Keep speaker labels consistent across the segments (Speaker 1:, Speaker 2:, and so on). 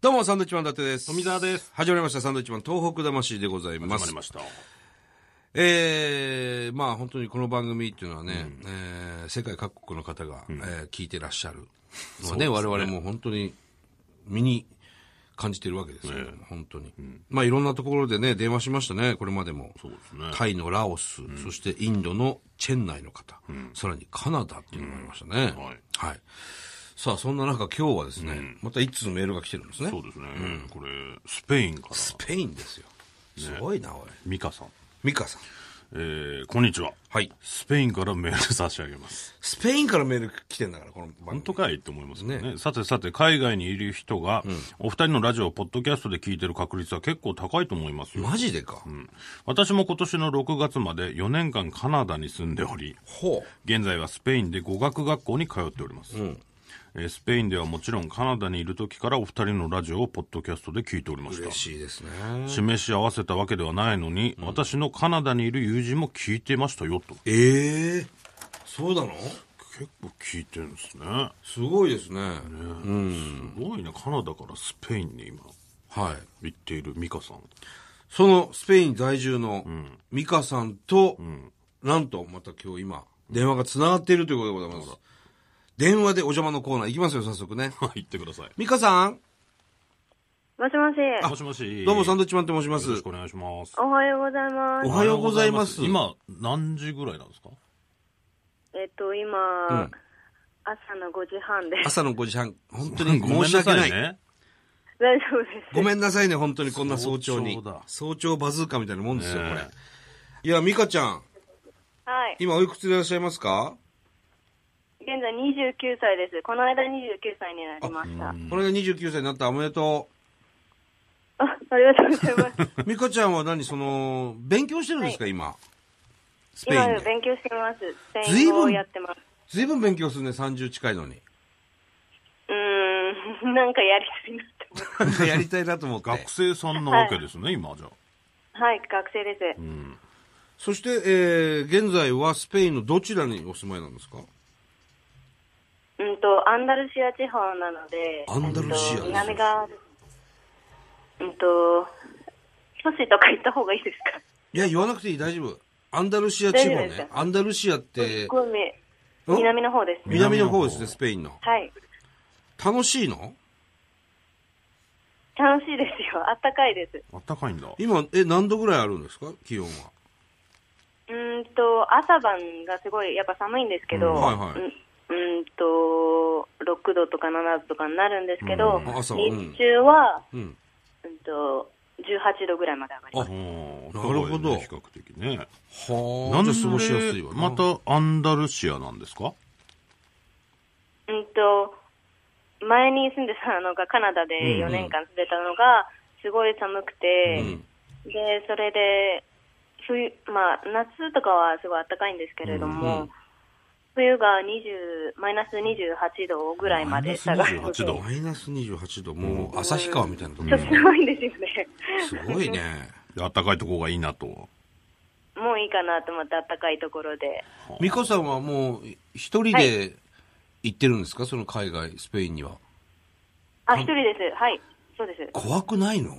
Speaker 1: どうも、サンドウィッチマン伊達です。
Speaker 2: 富澤です。
Speaker 1: 始まりました、サンドウィッチマン東北魂でございま
Speaker 2: 始ますり。ました。
Speaker 1: えー、まあ本当にこの番組っていうのはね、えー世界各国の方が、えー聞いてらっしゃるのはね、我々も本当に身に感じてるわけですよ、本当に。まあいろんなところでね、電話しましたね、これまでも。
Speaker 2: そうですね。
Speaker 1: タイのラオス、そしてインドのチェン内の方、さらにカナダっていうのがありましたね。
Speaker 2: うん
Speaker 1: は
Speaker 2: はいい。
Speaker 1: さあ、そんな中今日はですね、また一通メールが来てるんですね。
Speaker 2: そうですね。これ、スペインから、
Speaker 1: スペインですよ。すごいな、おい。
Speaker 2: ミカさん。
Speaker 1: ミカさん。
Speaker 2: えー、こんにちは。
Speaker 1: はい。
Speaker 2: スペインからメール差し上げます。
Speaker 1: スペインからメール来てんだから、この番
Speaker 2: 本当
Speaker 1: 組。
Speaker 2: かいって思いますよね。さてさて、海外にいる人が、お二人のラジオをポッドキャストで聞いてる確率は結構高いと思いますよ。
Speaker 1: マジでか。
Speaker 2: うん私も今年の6月まで4年間カナダに住んでおり、
Speaker 1: ほう。
Speaker 2: 現在はスペインで語学学校に通っております、えースペインではもちろんカナダにいる時からお二人のラジオをポッドキャストで聞いておりました
Speaker 1: 嬉しいですね。
Speaker 2: 示し合わせたわけではないのに、私のカナダにいる友人も聞いてましたよと
Speaker 1: ええそうなの
Speaker 2: 結構聞いてるんですねね
Speaker 1: すごいですね。
Speaker 2: すごいねカナダからスペインに今
Speaker 1: はい。
Speaker 2: 行っているミカさん
Speaker 1: そのスペイン在住のミカさんと、なんとまた今日今、電話が繋がっているということでございます。電話でお邪魔のコーナー行きますよ、早速ね。
Speaker 2: はい行ってください
Speaker 1: ミカさん、
Speaker 3: もしもし。
Speaker 2: もしもし
Speaker 1: どうもサンドウィ
Speaker 2: よ
Speaker 1: ッチマンと申しま
Speaker 2: ろし
Speaker 1: す
Speaker 2: く。お願いします
Speaker 3: おはようございま
Speaker 1: お
Speaker 3: す。
Speaker 1: はようございます
Speaker 2: おはようございます今何時ぐらいなんですか
Speaker 3: えっと、今、
Speaker 1: うん
Speaker 3: 朝の5時半です。
Speaker 1: 朝の5時半、本当に申し訳ない。
Speaker 2: ね
Speaker 3: 大丈夫で す。
Speaker 1: ごめんなさいね、本当にこんな早朝に
Speaker 2: 早朝だ。
Speaker 1: 早朝バズーカみたいなもんですよ、こ
Speaker 2: ねえ
Speaker 1: れ。いや、ミカちゃん、
Speaker 3: はい。
Speaker 1: 今おいくつでいらっしゃいますか
Speaker 3: 現在29歳です。この間29歳になりました。
Speaker 1: これが29歳になったおめで と
Speaker 3: あ ありがとうござ います。
Speaker 1: う。ミカちゃんは何、その、勉強してるんですか、今。スペイ
Speaker 3: 今
Speaker 1: ンで。
Speaker 3: 勉強してます。スペイン語をやってます。
Speaker 1: ずいぶん勉強するね、30近いの に。
Speaker 3: うーん、 なんかやりたいなって思って。
Speaker 1: やりたいなと思って
Speaker 2: 学。生さんなわけですね、今じゃあ
Speaker 3: はい、学生です。
Speaker 2: うん
Speaker 1: そして、えー、現在はスペインのどちらにお住まいなんですか
Speaker 3: うんと、アンダルシア地方なので、
Speaker 1: アンダルシア
Speaker 3: うんと南側です。うんと、都市とか行った方がいいですか
Speaker 1: いや、言わなくていい、大丈夫。アンダルシア地方
Speaker 3: 大丈夫です
Speaker 1: ね。アンダルシアっ、
Speaker 3: すってごいみ
Speaker 1: うん
Speaker 3: 南の方です。
Speaker 1: 南の方ですね、スペインの。
Speaker 3: はい。
Speaker 1: 楽しいの
Speaker 3: 楽しいですよ。あ ったかいです。
Speaker 2: あったかいんだ
Speaker 1: 今、え、何度ぐらいあるんですか気温は。
Speaker 3: うーんと、朝晩がすごい、やっぱ寒いんですけど、
Speaker 1: うんはいはいう
Speaker 3: うーんと、6度とか7度とかになるんですけど、
Speaker 1: うん朝はうん
Speaker 3: 日中は、
Speaker 1: うん。
Speaker 3: うんと、18度ぐらいまで上がりま
Speaker 2: あ
Speaker 3: す。
Speaker 2: な
Speaker 1: なるほど
Speaker 2: 比較的ね。
Speaker 1: は
Speaker 2: な
Speaker 1: あ。
Speaker 2: ん
Speaker 1: じ
Speaker 2: で
Speaker 1: ゃあ過ごしやすいわな。
Speaker 2: またアンダルシアなんですか
Speaker 3: うんと、前に住んでたのがカナダで
Speaker 1: うん
Speaker 3: 4年間住んでたのが、すごい寒くて、
Speaker 1: うん
Speaker 3: で、それで、冬、まあ、夏とかはすごい暖かいんですけれども、
Speaker 1: うんうん
Speaker 3: 冬が20、マイナス28度ぐらいまで下がるので、ち
Speaker 2: マイナス28度
Speaker 3: ょ
Speaker 1: マイナス28度、もう、旭川みたいなとこ
Speaker 3: っとすごいんですよね。
Speaker 1: すごい ね。
Speaker 2: であったかいとこがいいなと。
Speaker 3: もういいかなと思って、暖かいところで。
Speaker 1: 美香さんはもう、一人
Speaker 3: は
Speaker 1: で行ってるんですかその海外、スペインには。
Speaker 3: あ、一人です。はい。そうです。う
Speaker 1: 怖くないの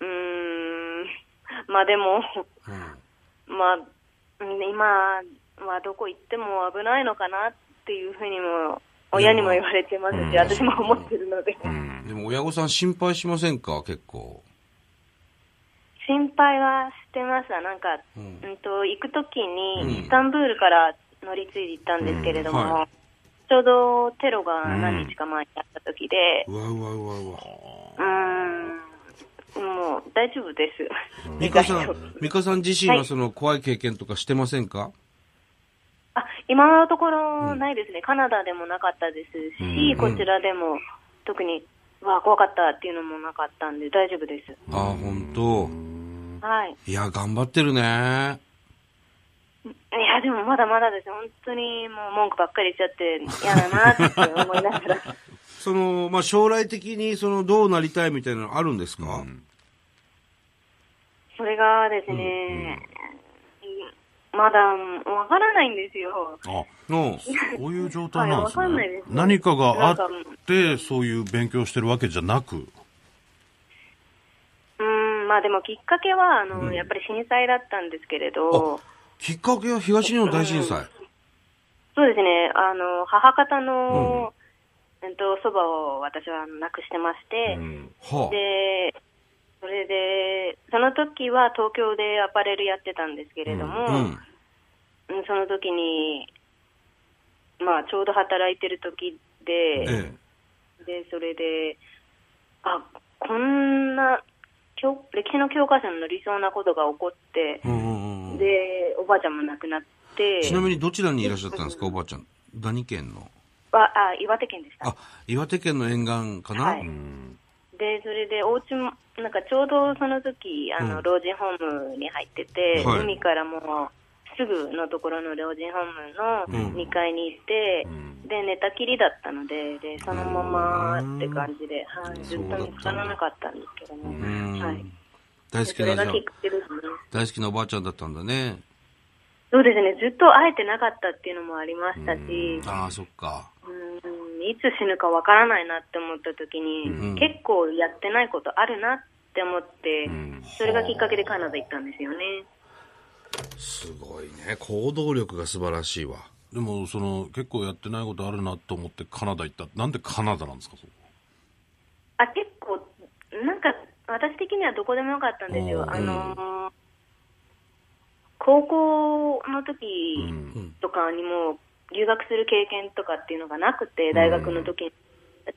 Speaker 3: ーん。まあでも、
Speaker 1: うん。
Speaker 3: まあ、うん今はどこ行っても危ないのかなっていうふうにも、親にも言われてますし、私も思ってるので。
Speaker 2: うん。
Speaker 1: でも親御さん心配しませんか結構。
Speaker 3: 心配はしてました。なんか、
Speaker 1: う
Speaker 3: うんん、と、行くとき
Speaker 1: うん
Speaker 3: に、イスタンブールから乗り継いで行ったんですけれども、
Speaker 1: うんは
Speaker 3: ちょうどテロが何日か前にあったときで、
Speaker 1: うわうわうわうわ。
Speaker 3: うーん、もう大丈夫です。
Speaker 1: 美香さ
Speaker 3: 意外と
Speaker 1: ん、美香さん自身はその怖い経験とかしてませんか、
Speaker 3: あ、今のところないですね。カナダでもなかったですし、
Speaker 2: うん
Speaker 3: こちらでも特に、わあ、怖かったっていうのもなかったんで大丈夫です。
Speaker 1: ああ、本当。
Speaker 3: はい。
Speaker 1: いや、頑張ってるね。
Speaker 3: いや、でもまだまだです。本当にもう文句ばっかり言っちゃって嫌だなって思いながら。
Speaker 1: その、まあ、将来的にその、どうなりたいみたいなのあるんですか、
Speaker 3: それがですね、うんまだわからないんですよ。
Speaker 2: あ、
Speaker 1: うん。
Speaker 2: そういう状態なんです
Speaker 3: はいわかんな
Speaker 2: ね
Speaker 3: いです。
Speaker 2: 何かがあっ
Speaker 3: なんか
Speaker 2: て、そういう勉強してるわけじゃなく。
Speaker 3: うん、まあでもきっかけは、あの、やっぱり震災だったんですけれど、
Speaker 1: きっかけは東日本大震災。
Speaker 3: そうですね、あの、母方の、えっと、祖母を私は亡くしてまして、
Speaker 2: うん
Speaker 1: は
Speaker 3: で、それで、その時は東京でアパレルやってたんですけれども、
Speaker 1: あ。うん。
Speaker 3: うんその時に、まあ、ちょうど働いてる時で、
Speaker 1: え
Speaker 3: で、それで、あ、こんな、教歴史の教科書の理想なことが起こって
Speaker 1: え。う、んうんうんうん。
Speaker 3: で、おばあちゃんも亡くなって、
Speaker 1: ちなみにどちらにいらっしゃったんですか、おばあちゃん。何県の
Speaker 3: わあ岩手県でした
Speaker 1: あ。、岩手県の沿岸かな、
Speaker 3: はい
Speaker 2: うん
Speaker 3: で、それで、お家も、なんかちょうどその時、あの、
Speaker 1: うん
Speaker 3: 老人ホームに入ってて、
Speaker 1: はい
Speaker 3: 海からもう、すぐのところの老人ホーム
Speaker 1: うん
Speaker 3: の2階に行って、
Speaker 2: うん
Speaker 3: で、寝たきりだったので、で、そのままって感じで、はい、ずっ
Speaker 1: そうだったんだ
Speaker 3: と見つからなかったんですけど
Speaker 2: う
Speaker 1: うん
Speaker 3: ね。はい。
Speaker 1: 大好
Speaker 3: でそ
Speaker 1: き
Speaker 3: れ
Speaker 1: な、じゃ
Speaker 3: が
Speaker 1: あ
Speaker 3: きっかけですね。
Speaker 1: 大好きなおばあちゃんだったんだね。
Speaker 3: そうですね、ずっと会えてなかったっていうのもありましたし、
Speaker 1: ああ、そっか。
Speaker 3: うんいつ死ぬかわからないなって思った時に、
Speaker 1: うん
Speaker 3: 結構やってないことあるなって思って、
Speaker 2: ん
Speaker 3: それがきっかけでカナダ行ったんですよね。
Speaker 1: すごいね。行動力が素晴らしいわ。
Speaker 2: でも、その、結構やってないことあるなと思ってカナダ行った。なんでカナダなんですか、そこ。
Speaker 3: あ結構なんか私的にはどこでもよかったんです
Speaker 2: お
Speaker 3: よ。
Speaker 2: ー
Speaker 3: あのー高校の時
Speaker 2: うん
Speaker 3: とかにも留学する経験とかっていうのがなくて大学の時にだし、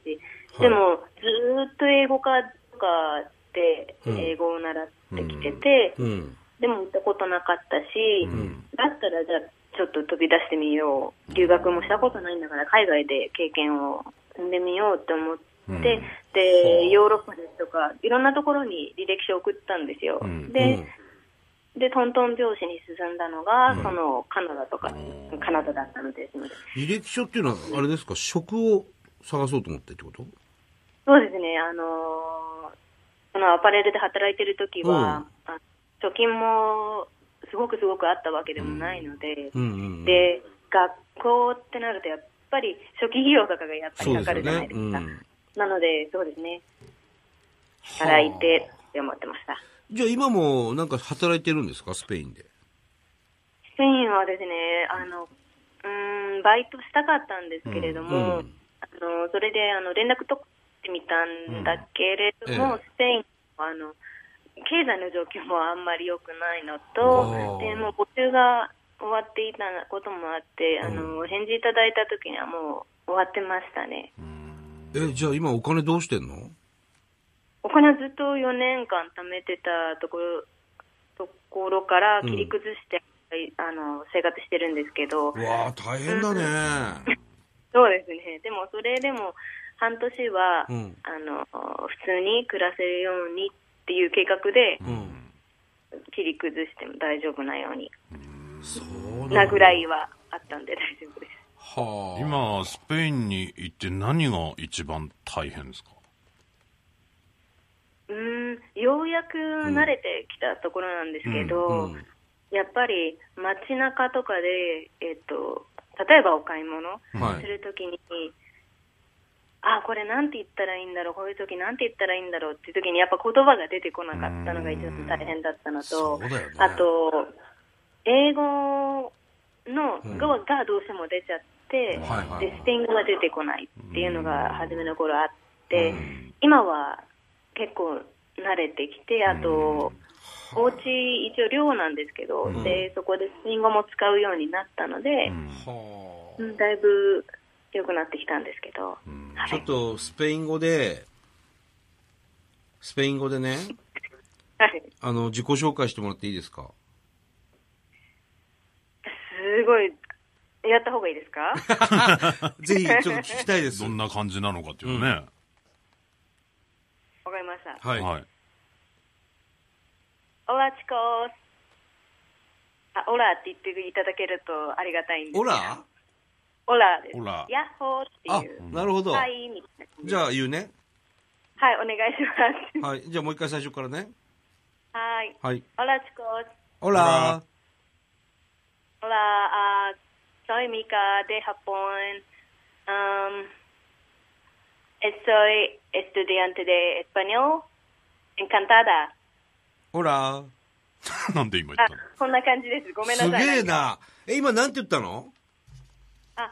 Speaker 3: でもずーっと英語科とかで
Speaker 1: うん
Speaker 3: 英語を習ってきてて、
Speaker 1: うん。
Speaker 3: でも行ったことなかったし、
Speaker 1: ん
Speaker 3: だったらじゃあちょっと飛び出してみよう留学もしたことないんだから海外で経験を積んでみようと思って、
Speaker 2: うん
Speaker 3: でヨーロッパですとかいろんなところに履歴書を送ったんですよ、
Speaker 2: うん
Speaker 3: で,、でトントン拍子に進んだのが、そのカナダとか
Speaker 2: うん
Speaker 3: カナダだったのですので
Speaker 1: 履歴書っていうのは、あれですか、職を探そうと思ってってこと
Speaker 3: そうですねあのーそのアパレルで働いてる時は、あ貯金もすごくすごくあったわけでもないので、
Speaker 1: うんうんうん。
Speaker 3: で、学校ってなると、やっぱり初期費用とかがやっぱりかかるじゃないですか。
Speaker 1: そうですよね
Speaker 3: なので、そうですね、
Speaker 1: はあ
Speaker 3: 働いてって思ってました。
Speaker 1: じゃあ今もなんか働いてるんですか、スペインで。
Speaker 3: スペインはですね、あの、うーん、バイトしたかったんですけれども、
Speaker 1: うん
Speaker 3: あのそれであの連絡取ってみたんだけれども、
Speaker 1: うんえ
Speaker 3: スペインはあの経済の状況もあんまり良くないのと
Speaker 1: あ、ー
Speaker 3: でもう募集が終わっていたこともあって、あの、返事いただいた時にはもう終わってましたね。
Speaker 1: え、じゃあ今お金どうしてんの
Speaker 3: お金をずっと4年間貯めてたところところから切り崩して、あの生活してるんですけど、
Speaker 1: うわあ、大変だね。
Speaker 3: そうですね、でもそれでも半年は、
Speaker 1: うん
Speaker 3: あの普通に暮らせるようにっていう計画で
Speaker 1: うん。
Speaker 3: 切り崩しても大丈夫なように
Speaker 1: そう
Speaker 3: な
Speaker 1: だ。
Speaker 3: ぐらいはあったんで大丈夫です。
Speaker 1: はあ。
Speaker 2: 今、スペインに行って何が一番大変ですか
Speaker 3: うーんようやく慣れてきたところなんですけど、
Speaker 1: うんうん
Speaker 3: やっぱり街中とかで、えっと例えばお買い物
Speaker 1: はい
Speaker 3: するときに、あこれなんて言ったらいいんだろうこういう時なんて言ったらいいんだろうっていう時にやっぱ言葉が出てこなかったのが一番大変だったの
Speaker 1: そう
Speaker 3: と、
Speaker 1: だよね。
Speaker 3: あと英語の語がどうしても出ちゃって、
Speaker 1: はいはい
Speaker 3: でスペイン語が出てこないっていうのが初めの頃あって、今は結構慣れてきてあと、お家一応寮なんですけど、でそこでスペイン語も使うようになったので、
Speaker 1: はあ。
Speaker 3: うんだいぶ良くなってきたんですけど、はい
Speaker 1: ちょっとスペイン語で、スペイン語でね、
Speaker 3: はい
Speaker 1: あの、自己紹介してもらっていいですか
Speaker 3: すごいやった方がいい ですか
Speaker 1: ぜひ、ちょっと聞きたいです
Speaker 2: ど。んな感じなのかっていうね。
Speaker 3: わかりました。
Speaker 1: はい。
Speaker 2: はい。
Speaker 3: オラチコース。あ、オラって言っていただけるとありがたいんです
Speaker 1: オ
Speaker 3: けど
Speaker 1: ラ
Speaker 3: オラです。
Speaker 2: オラ
Speaker 3: ヤッホーっ
Speaker 1: あ
Speaker 3: ていう。、
Speaker 1: なるほど。
Speaker 3: はい、みたいな感じ。
Speaker 1: じゃあ言うね。
Speaker 3: はい、お願いします。
Speaker 1: はい。じゃあもう一回最初からね。
Speaker 3: はい。
Speaker 1: はい。
Speaker 3: オラチコース。
Speaker 1: オラ
Speaker 3: la, uh, soy Mika de Japón. Um, soy estudiante de español. Encantada.
Speaker 1: ほら。
Speaker 2: なんで今言っ
Speaker 3: あ
Speaker 2: たの、
Speaker 3: こんな感じです。ごめんな
Speaker 1: す
Speaker 3: さい。
Speaker 1: げえな。え、今なんて言ったの
Speaker 3: あ、あ、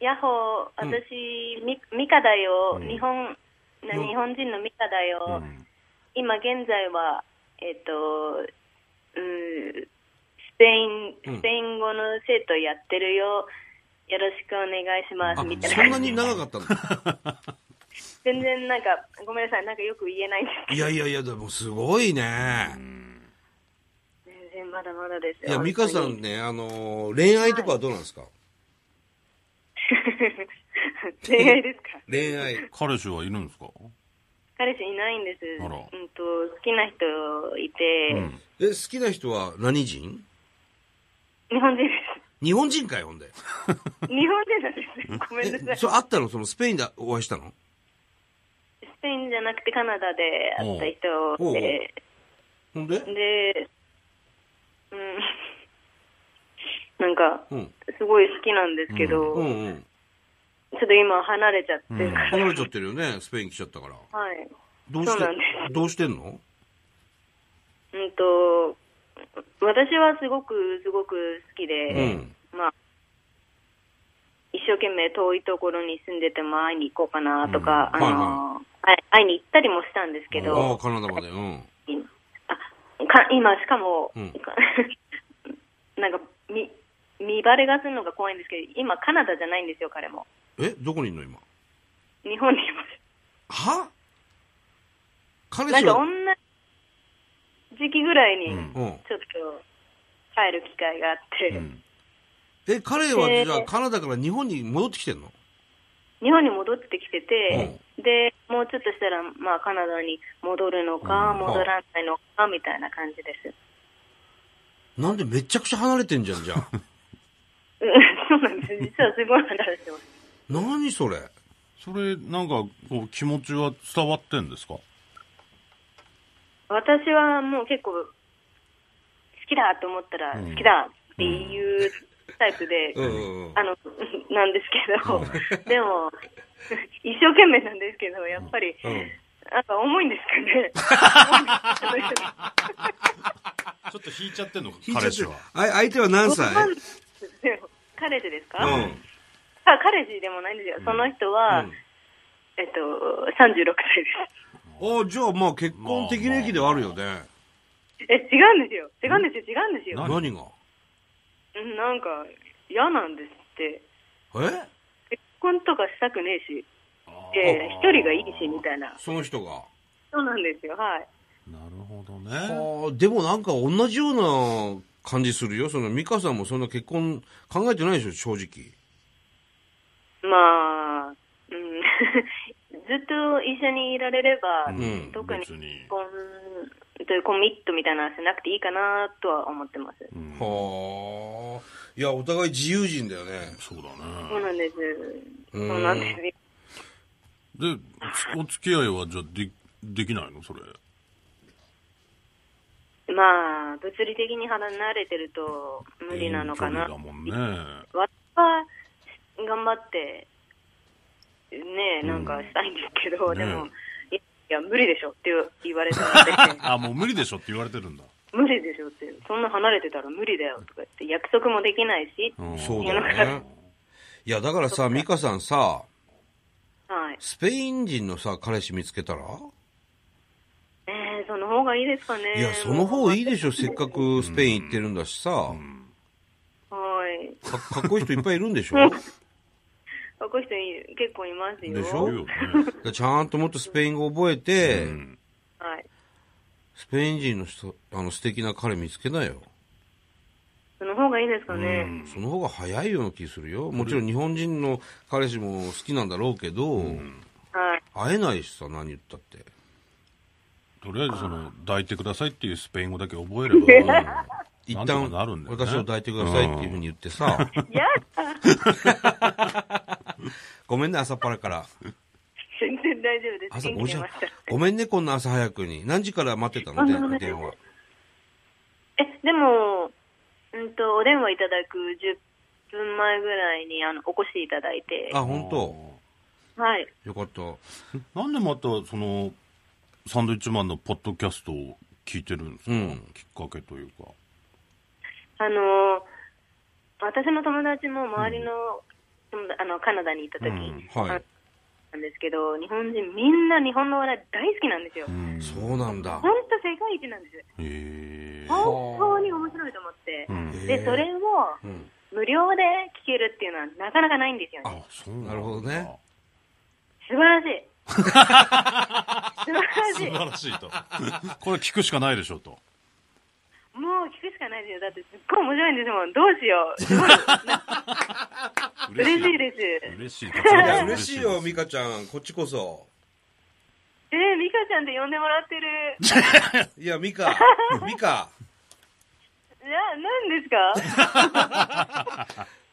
Speaker 3: ヤッホー、私、ミミカだよ。日本、な
Speaker 1: うん
Speaker 3: 日本人のミカだよ。
Speaker 2: ん
Speaker 3: 今現在は、えっ、と、うースペイ
Speaker 1: うん
Speaker 3: ン、スペイン語の生徒やってるよ。よろしくお願いします。
Speaker 1: あ、
Speaker 3: みたい
Speaker 1: そ
Speaker 3: な。
Speaker 1: んなに長かったの
Speaker 3: 全然なんか、ごめんなさい。なんかよく言えないんで
Speaker 1: いやいやいや、でもすごいね。
Speaker 3: す。全然まだまだです
Speaker 1: い
Speaker 3: よ。
Speaker 1: や、美香さ
Speaker 3: 本
Speaker 1: んね、あのー、恋愛とかはどうなんですか、
Speaker 3: 当に。恋愛ですか
Speaker 1: 恋愛。
Speaker 2: 彼氏はいるんですか
Speaker 3: 彼氏いないんです。
Speaker 2: あら
Speaker 3: うんと、好きな人いて、
Speaker 2: うん。
Speaker 1: え、好きな人は何人
Speaker 3: 日本 人です。
Speaker 1: 日本人かよ、ほんで。
Speaker 3: 日本人なんです。ごめんなさ
Speaker 1: え、
Speaker 3: い。ス
Speaker 1: それあったのそのスペインでお会いしたの
Speaker 3: ペインじゃなくてカナダで会った人で、
Speaker 1: ほんで
Speaker 3: で、うん、なんか、
Speaker 1: うん。
Speaker 3: すごい好きなんですけど、
Speaker 1: うんうん。
Speaker 3: ちょっと今離れちゃってるから、
Speaker 1: 離れちゃってるよね、スペイン来ちゃったから。
Speaker 3: はい。
Speaker 1: どう
Speaker 3: そ
Speaker 1: し
Speaker 3: う
Speaker 1: て
Speaker 3: なんで、
Speaker 1: どうしてんの
Speaker 3: うんと、私はすごくすごく好きで、
Speaker 1: うん
Speaker 3: まあ、一生懸命遠いところに住んでても会いに行こうかなとか、
Speaker 1: うんはい
Speaker 3: あの、会い会いに行ったりもしたんですけど、
Speaker 1: ああ、カナダまで。うん。
Speaker 3: あか今、しかも、
Speaker 1: うん
Speaker 3: なんか見、見バレがするのが怖いんですけど、今、カナダじゃないんですよ、彼も。
Speaker 1: え、どこにいんの今。
Speaker 3: 日本にいます。
Speaker 1: は彼
Speaker 3: なん
Speaker 1: 氏
Speaker 3: か、
Speaker 1: は、
Speaker 3: 同じ時期ぐらいに、
Speaker 2: うん
Speaker 1: うん。
Speaker 3: ちょっと帰る機会があって、
Speaker 2: うん。
Speaker 1: え、彼は
Speaker 3: で
Speaker 1: じゃあカナダから日本に戻ってきてんの
Speaker 3: 日本に戻ってきてて、で、もうちょっとしたら、まあ、カナダに戻るのか、
Speaker 2: うん
Speaker 3: 戻らないのか、みたいな感じです。
Speaker 1: なんでめちゃくちゃ離れてんじゃん、じゃあ。
Speaker 3: うんそうなんです。実はすごい離れてます。
Speaker 1: 何それ
Speaker 2: それ、なんか、こう、気持ちは伝わってんですか
Speaker 3: 私はもう結構好きだと思ったら
Speaker 2: うん
Speaker 3: 好きだっていうタイプで、
Speaker 1: うんうんうん
Speaker 3: あのなんですけど、でも一生懸命なんですけどやっぱり、
Speaker 1: うん
Speaker 3: なんか重いんですかね
Speaker 2: ちょっと引いちゃってんのか
Speaker 1: 彼
Speaker 2: 彼
Speaker 1: 氏
Speaker 2: 氏
Speaker 1: は
Speaker 2: は。
Speaker 1: あ相手は何歳
Speaker 3: わかんないでも彼氏ですか、
Speaker 1: うん
Speaker 3: あ彼氏でもないんですよその人は、
Speaker 1: うん
Speaker 3: えっと36歳です
Speaker 1: あじゃあまあ結婚適齢期ではあるよね
Speaker 3: え違うんですよ違うんですよ違うんですよ
Speaker 2: まあまあ
Speaker 1: 何が
Speaker 3: うんなんか嫌なんですって
Speaker 1: え
Speaker 3: 結婚とかしたくねえし
Speaker 2: あー
Speaker 3: えー一人がいいしみたいな。
Speaker 1: その人が
Speaker 3: そうなんですよ、はい。
Speaker 2: なるほど
Speaker 1: あ
Speaker 2: ね。
Speaker 1: ーでもなんか同じような感じするよその美香さんもそんな結婚考えてないでしょ正直
Speaker 3: まあ、うん、 ずっと一緒にいられれば、
Speaker 1: ん
Speaker 3: 特に
Speaker 2: 別に
Speaker 3: 結婚というコミットみたいなのはしなくていいかなとは思ってます。
Speaker 2: うん
Speaker 1: はあいやお互い自由人だよね
Speaker 2: そうだ
Speaker 3: そう
Speaker 2: ね。
Speaker 3: なんです。
Speaker 1: うん
Speaker 3: そうなんですよ。
Speaker 2: で、お付き合いはじゃあでできないのそれ。
Speaker 3: まあ、物理的に離れてると無理なのか
Speaker 2: 遠。
Speaker 3: な
Speaker 2: 距離だもんね。
Speaker 3: 私は頑張って、ねえ、なんかしたいんですけど、
Speaker 2: うん
Speaker 3: でも、
Speaker 2: ね
Speaker 3: いや、いや無理でしょって言われたので。
Speaker 2: あ、もう無理でしょって言われてるんだ。
Speaker 3: 無理でしょって、そんな離れてたら無理だよとか言って、約束もできないし、
Speaker 2: うん
Speaker 1: そうだよねいやだからさ美香さんさ
Speaker 3: はい。
Speaker 1: スペイン人のさ彼氏見つけたら
Speaker 3: えー、その方がいいですかね。
Speaker 1: いやその方いいでし
Speaker 3: ょ。
Speaker 1: ょせっかくスペイン行ってるんだしさ
Speaker 3: はい。
Speaker 1: か かっこいい人いっぱいいるんでしょ
Speaker 3: 若い人い結構いますよ。
Speaker 1: でし
Speaker 2: そ
Speaker 1: ょ
Speaker 2: うよね。
Speaker 1: でちゃんともっとスペイン語覚えて、
Speaker 2: うん
Speaker 3: はい。
Speaker 1: スペイン人の人、あの素敵な彼見つけなよ。
Speaker 3: その方がいいですか
Speaker 2: う
Speaker 3: ね。
Speaker 2: ん
Speaker 1: その方が早いような気するよ。もちろん日本人の彼氏も好きなんだろうけど、
Speaker 3: はい。
Speaker 1: 会えないしさ、何言ったって。
Speaker 2: とりあえずその、抱いてくださいっていうスペイン語だけ覚えれば、
Speaker 1: 一
Speaker 2: なんと
Speaker 1: 旦、
Speaker 2: かなるんだよね
Speaker 1: 私を抱いてくださいっていうふうに言ってさ、
Speaker 3: いや、
Speaker 1: ごめんね、朝っぱらから。
Speaker 3: 全然大丈夫です。
Speaker 1: 朝
Speaker 3: 元
Speaker 1: 5
Speaker 3: 気出
Speaker 1: 時
Speaker 3: ました。、
Speaker 1: ごめんね、こんな朝早くに。何時から待ってたの
Speaker 3: あごめんなさ
Speaker 1: で
Speaker 3: い
Speaker 1: 電話。
Speaker 3: え、でも、うんと、お電話いただく10分前ぐらいにあのお越しいただいて、
Speaker 1: あ、本当。
Speaker 3: はい。
Speaker 1: よかった。
Speaker 2: なんでまた、その、サンドイッチマンのポッドキャストを聞いてるんですか、
Speaker 1: うん
Speaker 2: きっかけというか。
Speaker 3: あの、私の友達も周りの、あの、カナダに行った時、
Speaker 2: うん
Speaker 1: はい
Speaker 3: あなんですけど、日本人みんな日本のお笑い大好きなんですよ。
Speaker 2: うん
Speaker 1: そうなんだ。
Speaker 3: 本当世界一なんです。
Speaker 2: へえ。
Speaker 3: 本当に面白いと思って
Speaker 2: う。ん。
Speaker 1: へえ
Speaker 3: で、それを
Speaker 1: うん。
Speaker 3: 無料で聞けるっていうのはなかなかないんですよ
Speaker 2: あ、
Speaker 3: ね。
Speaker 2: そうなんだ
Speaker 1: なるほどね。
Speaker 3: 素晴らしい。素
Speaker 2: 素
Speaker 3: 晴らしい。
Speaker 2: 晴らしいと。 これ聞くしかないでしょうと。
Speaker 3: もう聞くしかないですよ。だってすっごい面白いんですもん。どうしよう。すごい嬉しいです。
Speaker 2: 嬉しい。
Speaker 1: い
Speaker 2: い
Speaker 1: や、嬉しいよ、美香ちゃん。こっちこそ。
Speaker 3: えー、ミカちゃんって呼んでもらってる。い
Speaker 1: いや、美 香。美香。
Speaker 3: や、何ですか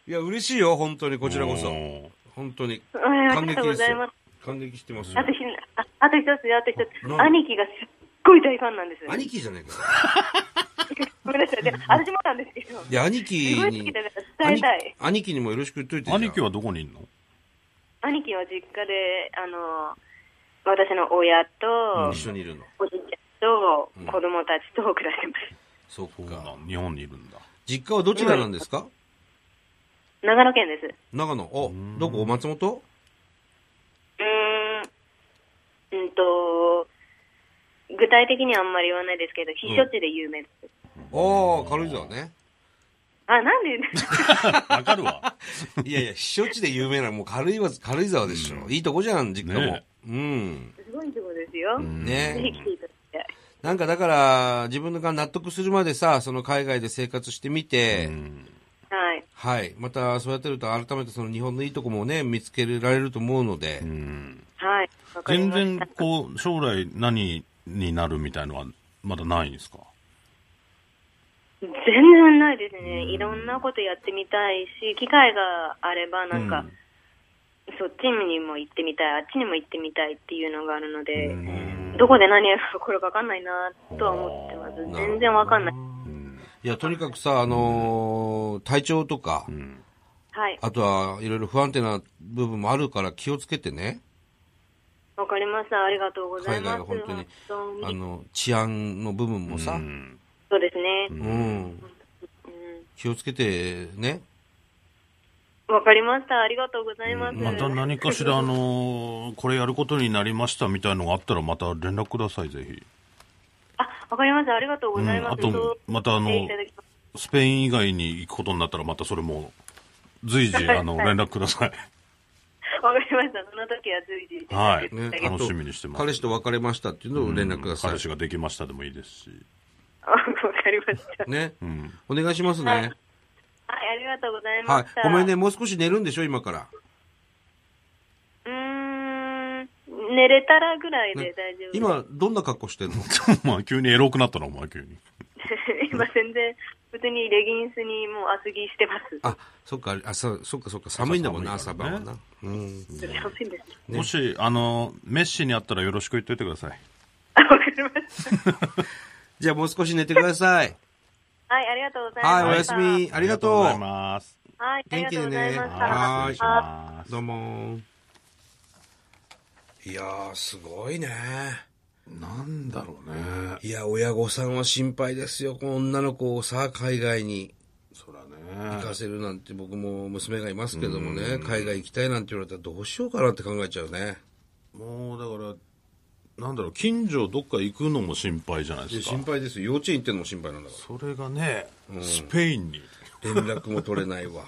Speaker 1: いや、嬉しいよ、本当に、こちらこそ。
Speaker 2: お
Speaker 1: 本当に。
Speaker 3: うんあ
Speaker 1: 感激
Speaker 3: りがとうご
Speaker 1: です
Speaker 3: ざいます
Speaker 1: よ。。感激してますよ
Speaker 3: あとひああと一つ、あと一
Speaker 1: なん
Speaker 3: つ。
Speaker 1: だ
Speaker 3: 兄貴がすっごい大ファンなんです。
Speaker 1: 兄貴じゃねえか。
Speaker 3: ごめんなさい。で私もなんですけど。
Speaker 1: いや、兄貴
Speaker 3: すごい好
Speaker 1: に
Speaker 3: きだから伝え
Speaker 1: 兄
Speaker 3: たい。
Speaker 1: 兄貴にもよろしく言っといて
Speaker 2: ー兄貴
Speaker 1: は
Speaker 2: はどこにいんの
Speaker 3: 兄貴は実家で、あの、私の親と、
Speaker 1: 一緒にいるの。
Speaker 3: おじいちゃんと、子供たちと暮らしてます。
Speaker 1: そ
Speaker 2: そううな
Speaker 1: か。
Speaker 2: ん日本にいるんだ。
Speaker 1: 実家はどちらなんですか
Speaker 3: 長野県です。
Speaker 1: 長野。お
Speaker 2: ん、
Speaker 1: どこ松本
Speaker 3: うーん、うんと、具体的にはあんまり言わないですけど、避暑地で有名です。
Speaker 1: おー、軽井沢ね。
Speaker 3: あ、なんで
Speaker 2: わかるわ。
Speaker 1: いやいや、避暑地で有名な、もう軽井沢、軽井沢でしょ。いいとこじゃん、実家も
Speaker 2: ね。
Speaker 1: うん。
Speaker 3: すごいとこですよ。ぜ
Speaker 1: ね
Speaker 3: ひ来ていただきたい。
Speaker 1: なんかだから、自分が納得するまでさ、その海外で生活してみて
Speaker 2: う、ん
Speaker 3: はい。
Speaker 1: はい。また、そうやってると、改めてその日本のいいとこもね、見つけられると思うので
Speaker 2: う、ん
Speaker 3: はい。わかり
Speaker 2: 全
Speaker 3: ました
Speaker 2: 然、こう、将来何になるみたいのは、まだないんですか
Speaker 3: 全然ないですね。いろんなことやってみたいし、機会があれば、なんか、そっちにも行ってみたい、あっちにも行ってみたいっていうのがあるので、
Speaker 2: うん
Speaker 3: どこで何やるかこれわかんないなとは思ってます。全然わかんない。
Speaker 2: うん
Speaker 1: いや、とにかくさ、あのー体調とか、
Speaker 2: うん
Speaker 3: はい。
Speaker 1: あとはいろいろ不安定な部分もあるから気をつけてね、
Speaker 3: わかりました。ありがとうござい
Speaker 1: 海
Speaker 3: ま
Speaker 1: 外
Speaker 3: す。
Speaker 1: は本当に、
Speaker 3: 本当
Speaker 1: あ
Speaker 3: に
Speaker 1: の、治安の部分もさ、う、
Speaker 2: うんん
Speaker 3: そうですね。
Speaker 1: 気をつけてね、
Speaker 3: うん。わかりました。ありがとうございます。
Speaker 2: また何かしら、あのーこれやることになりましたみたいのがあったら、また連絡ください、ぜひ。
Speaker 3: あ、わかりました。ありがとうございます。
Speaker 2: うんあと
Speaker 3: そう
Speaker 2: またあの
Speaker 3: していただきます
Speaker 2: スペイン以外に行くことになったら、またそれも、随時、あの、連絡ください。
Speaker 3: わかりました。その時は随時。
Speaker 2: はい。
Speaker 1: ね
Speaker 3: ありが
Speaker 2: 楽しみにしてます。
Speaker 1: 彼氏と別れましたっていうのを連絡ください。
Speaker 2: 彼氏ができましたでもいいですし。
Speaker 3: あ わかりました。
Speaker 1: ね、
Speaker 2: うん。
Speaker 1: お願いしますね。
Speaker 3: はい、ありがとうござい
Speaker 1: は
Speaker 3: ま
Speaker 1: い
Speaker 3: し。
Speaker 1: ご
Speaker 3: た。
Speaker 1: めんね、。もう少し寝るんでしょ、今から。
Speaker 3: うーん、寝れたらぐらいで大丈夫。
Speaker 1: 今、どんな格好してんの
Speaker 2: お前、急にエロくなったな、お前、急に。
Speaker 3: 今全然、普通にレギンスにもう厚着してます。
Speaker 1: あ、そっか、あ、そそっか、そっか、寒いんだもんな、
Speaker 2: 朝
Speaker 1: 朝
Speaker 2: 寒い
Speaker 1: 晩
Speaker 2: から
Speaker 1: は
Speaker 2: ね
Speaker 1: な。うん。
Speaker 3: 寒いです。
Speaker 2: もし、あの、メッシに会ったらよろしく言っといてください。
Speaker 3: あわかりました。
Speaker 1: じゃあもう少し寝てください。
Speaker 3: はい、ありがとうございま
Speaker 1: は
Speaker 3: した。
Speaker 1: い、おやすみ。ありがと。
Speaker 2: ありがとうございうます。
Speaker 3: はい、ありがとうございました。
Speaker 1: はい
Speaker 2: 失礼しま
Speaker 1: どうもいやー、すごいね。
Speaker 2: す。なんだろうね。
Speaker 1: いや、親御さんは心配ですよ。この女の子をさ、海外に
Speaker 2: そら
Speaker 1: 行か
Speaker 2: ね。
Speaker 1: せるなんて、僕も娘がいますけどもね、海外行きたいなんて言われたらどうしようかなって考えちゃうね。
Speaker 2: もう、だから、なんだろう、近所どっか行くのも心配じゃないで
Speaker 1: です
Speaker 2: か
Speaker 1: 心。配ですよ。幼稚園行ってんのも心配なんだか
Speaker 2: それがね、スペインに。
Speaker 1: ら。連絡も取れないわ。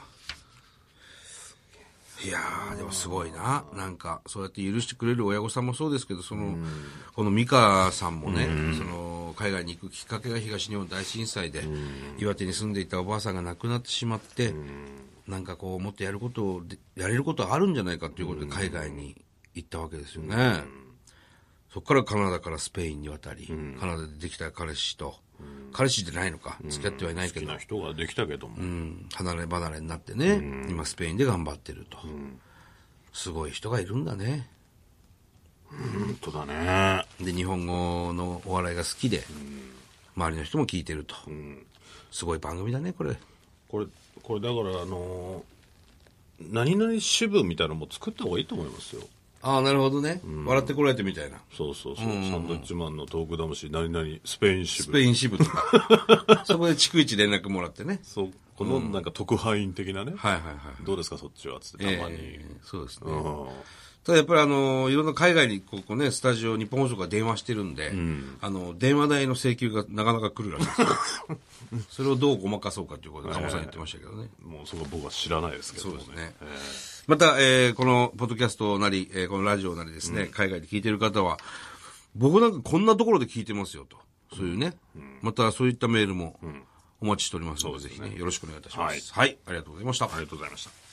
Speaker 1: いやー、でもすごいな。なんか、そうやって許してくれる親御さんもそうですけど、その、この美香さんもね、その、海外に行くきっかけが東日本大震災で、岩手に住んでいたおばあさんが亡くなってしまって、なんかこう、もっとやることをで、やれることはあるんじゃないかということで、海外に行ったわけですよね。そこからカナダからスペインに渡り、カナダでできた彼氏と、彼氏じゃないのか、付き合ってはいないけ
Speaker 2: 好き
Speaker 1: ど
Speaker 2: な、人ができたけども。
Speaker 1: うん離れ離れになってね、今スペインで頑張ってると、すごい人がいるんだね
Speaker 2: 本当だね。
Speaker 1: で日本語のお笑いが好きで、周りの人も聞いてると、すごい番組だね、これ。
Speaker 2: これ、これだから、あのー何々支部みたいなのも作った方がいいと思いますよ。
Speaker 1: ああ、なるほどね。笑ってこられてみたいな。
Speaker 2: そうそうそう。サンドイッチマンのトーク魂、何々、スペイン支
Speaker 1: ス
Speaker 2: 部。
Speaker 1: ペイン支部と か。そこで逐一連絡もらってね。
Speaker 2: そう、このなんか特派員的なね。
Speaker 1: はいはいはい。
Speaker 2: どうですか、そっちは。つって、たまに。
Speaker 1: ええそうですね。
Speaker 2: うん
Speaker 1: ただやっぱりあの、いろんな海外にここね、スタジオ、日本放送が電話してるんで、あの、電話代の請求がなかなか来るらしいですよ それをどうごまかそうかということで、鴨さん言ってましたけどね。
Speaker 2: もうそこ僕は知らないですけど
Speaker 1: そう
Speaker 2: も
Speaker 1: で
Speaker 2: ね。
Speaker 1: すね。また、えーこのポッドキャストなり、えーこのラジオなりですね、海外で聞いてる方は、僕なんかこんなところで聞いてますよと。そういうね。またそういったメールもお待ちしておりますので、ぜひね、よろしくお願いいたします。はい。ありがとうございました。
Speaker 2: ありがとうございました。